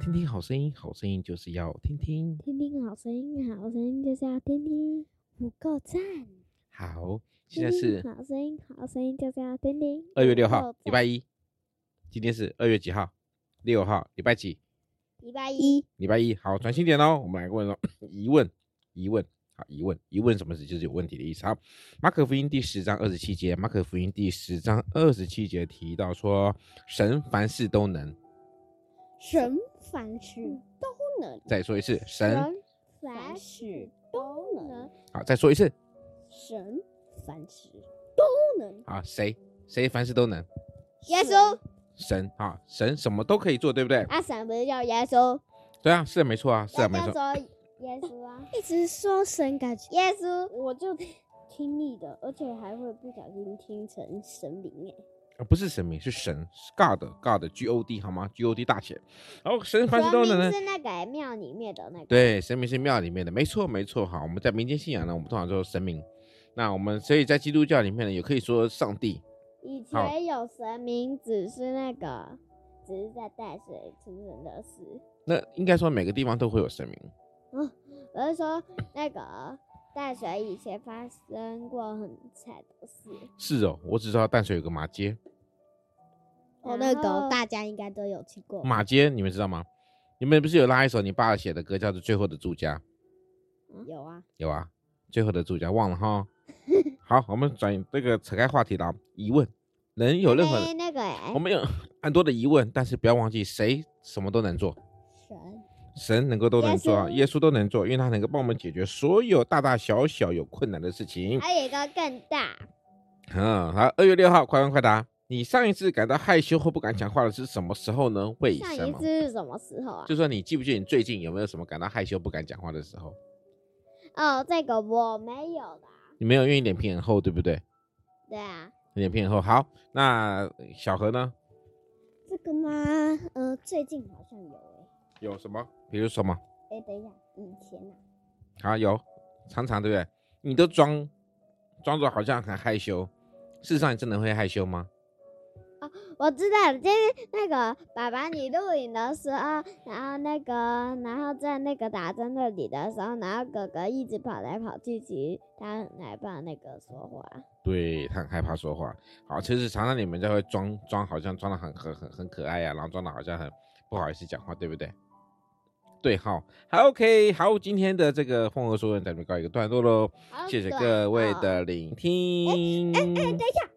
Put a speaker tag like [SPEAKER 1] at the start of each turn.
[SPEAKER 1] 听听好声音，好声音就是要听听。
[SPEAKER 2] 听听好声音，好声音就是要听听，不够赞。
[SPEAKER 1] 好，现在
[SPEAKER 2] 听听
[SPEAKER 1] 是
[SPEAKER 2] 嗯好声音，好声音就是要听听。
[SPEAKER 1] 二月六
[SPEAKER 2] 不
[SPEAKER 1] 号
[SPEAKER 2] 够，
[SPEAKER 1] 礼
[SPEAKER 2] 赞
[SPEAKER 1] 拜一。今天是二月几号？六号，礼拜几？
[SPEAKER 2] 礼拜一，
[SPEAKER 1] 礼拜一。好，专心点哦。我们来问喽，疑问，疑问，好，疑问，疑问什么意思？就是有问题的意思。好，马可福音第十章二十七节，马可福音第十章二十七节提到说，神凡事都能。
[SPEAKER 2] 神凡事都能，
[SPEAKER 1] 再说一次，神。
[SPEAKER 2] 凡事都能，
[SPEAKER 1] 好，再说一次。
[SPEAKER 2] 神凡事都能。
[SPEAKER 1] 好，谁谁凡事都能？
[SPEAKER 2] 耶稣，啊
[SPEAKER 1] 神啊，神什么都可以做，对不对？
[SPEAKER 2] 阿神不是叫耶稣，
[SPEAKER 1] 对啊，是的，没错啊，是啊，没
[SPEAKER 2] 那
[SPEAKER 1] 错。
[SPEAKER 2] 叫做耶稣啊，一直说神感觉耶稣，我就听你的，而且还会不小心听成神明哎。
[SPEAKER 1] 呃，不是神明，是神是，God God G O D 好吗？G O D 大写。然后神凡事都能
[SPEAKER 2] 神
[SPEAKER 1] 呢
[SPEAKER 2] 明。是那个庙里面的那个，
[SPEAKER 1] 对，神明是庙里面的，没错没错。好，我们在民间信仰呢，我们通常说神明。那我们所以在基督教里面呢，也可以说上帝。
[SPEAKER 2] 以
[SPEAKER 1] 好
[SPEAKER 2] 前有神明，只是那个，只是在淡水出生的事。
[SPEAKER 1] 那应该说每个地方都会有神明。
[SPEAKER 2] 我是说，那个淡水以前发生过很惨的事。
[SPEAKER 1] 是哦，我只知道淡水有个马街，
[SPEAKER 2] 哦，
[SPEAKER 3] 那个
[SPEAKER 2] 大家应该都有去过
[SPEAKER 1] 马街你们知道吗？你们不是有拉一首你爸写的歌叫做《最后的住家》？
[SPEAKER 2] 有啊，
[SPEAKER 1] 有啊，最后的注脚忘了哈。好，我们转这个扯开话题了啊。疑问，人有任何
[SPEAKER 2] 那那个哎
[SPEAKER 1] 我们有很多的疑问，但是不要忘记，谁什么都能做，
[SPEAKER 2] 神，
[SPEAKER 1] 神能够都能做啊，
[SPEAKER 2] 耶稣
[SPEAKER 1] 耶稣都能做，因为他能够帮我们解决所有大大小小有困难的事情。
[SPEAKER 2] 还有一个更大，哎
[SPEAKER 1] 嗯，好，二月六号，快问快答。你上一次感到害羞或不敢讲话的是什么时候呢？为
[SPEAKER 2] 上
[SPEAKER 1] 什
[SPEAKER 2] 一
[SPEAKER 1] 么
[SPEAKER 2] 次？是什么时候啊？
[SPEAKER 1] 就说你记不记得你最近有没有什么感到害羞不敢讲话的时候？
[SPEAKER 2] 哦，这个我没有的啊，
[SPEAKER 1] 你没有，因为你脸皮很厚，对不对？
[SPEAKER 2] 对啊，
[SPEAKER 1] 脸皮很厚。好，那小何呢？
[SPEAKER 2] 这个吗？呃，最近好像有
[SPEAKER 1] 有什么？比如什么？
[SPEAKER 2] 哎、哎，等一下，以前啊，
[SPEAKER 1] 啊，有，常常对不对？你都装装作好像很害羞，事实上你真的会害羞吗？
[SPEAKER 2] 我知道，就是那个爸爸你录影的时候，然后那个，然后在那个打针那里的时候，然后哥哥一直跑来跑去，其实他很害怕那个说话。
[SPEAKER 1] 对他很害怕说话。好，其实常常你们就会装装，好像装的很很很很可爱啊呀、然后装的好像很不好意思讲话，对不对？对，好，好，OK，好，今天的这个混合说文咱们告一个段落喽，
[SPEAKER 2] 好
[SPEAKER 1] 谢谢
[SPEAKER 2] 短
[SPEAKER 1] 各位
[SPEAKER 2] 哦
[SPEAKER 1] 的聆听。
[SPEAKER 2] 哎，等一下，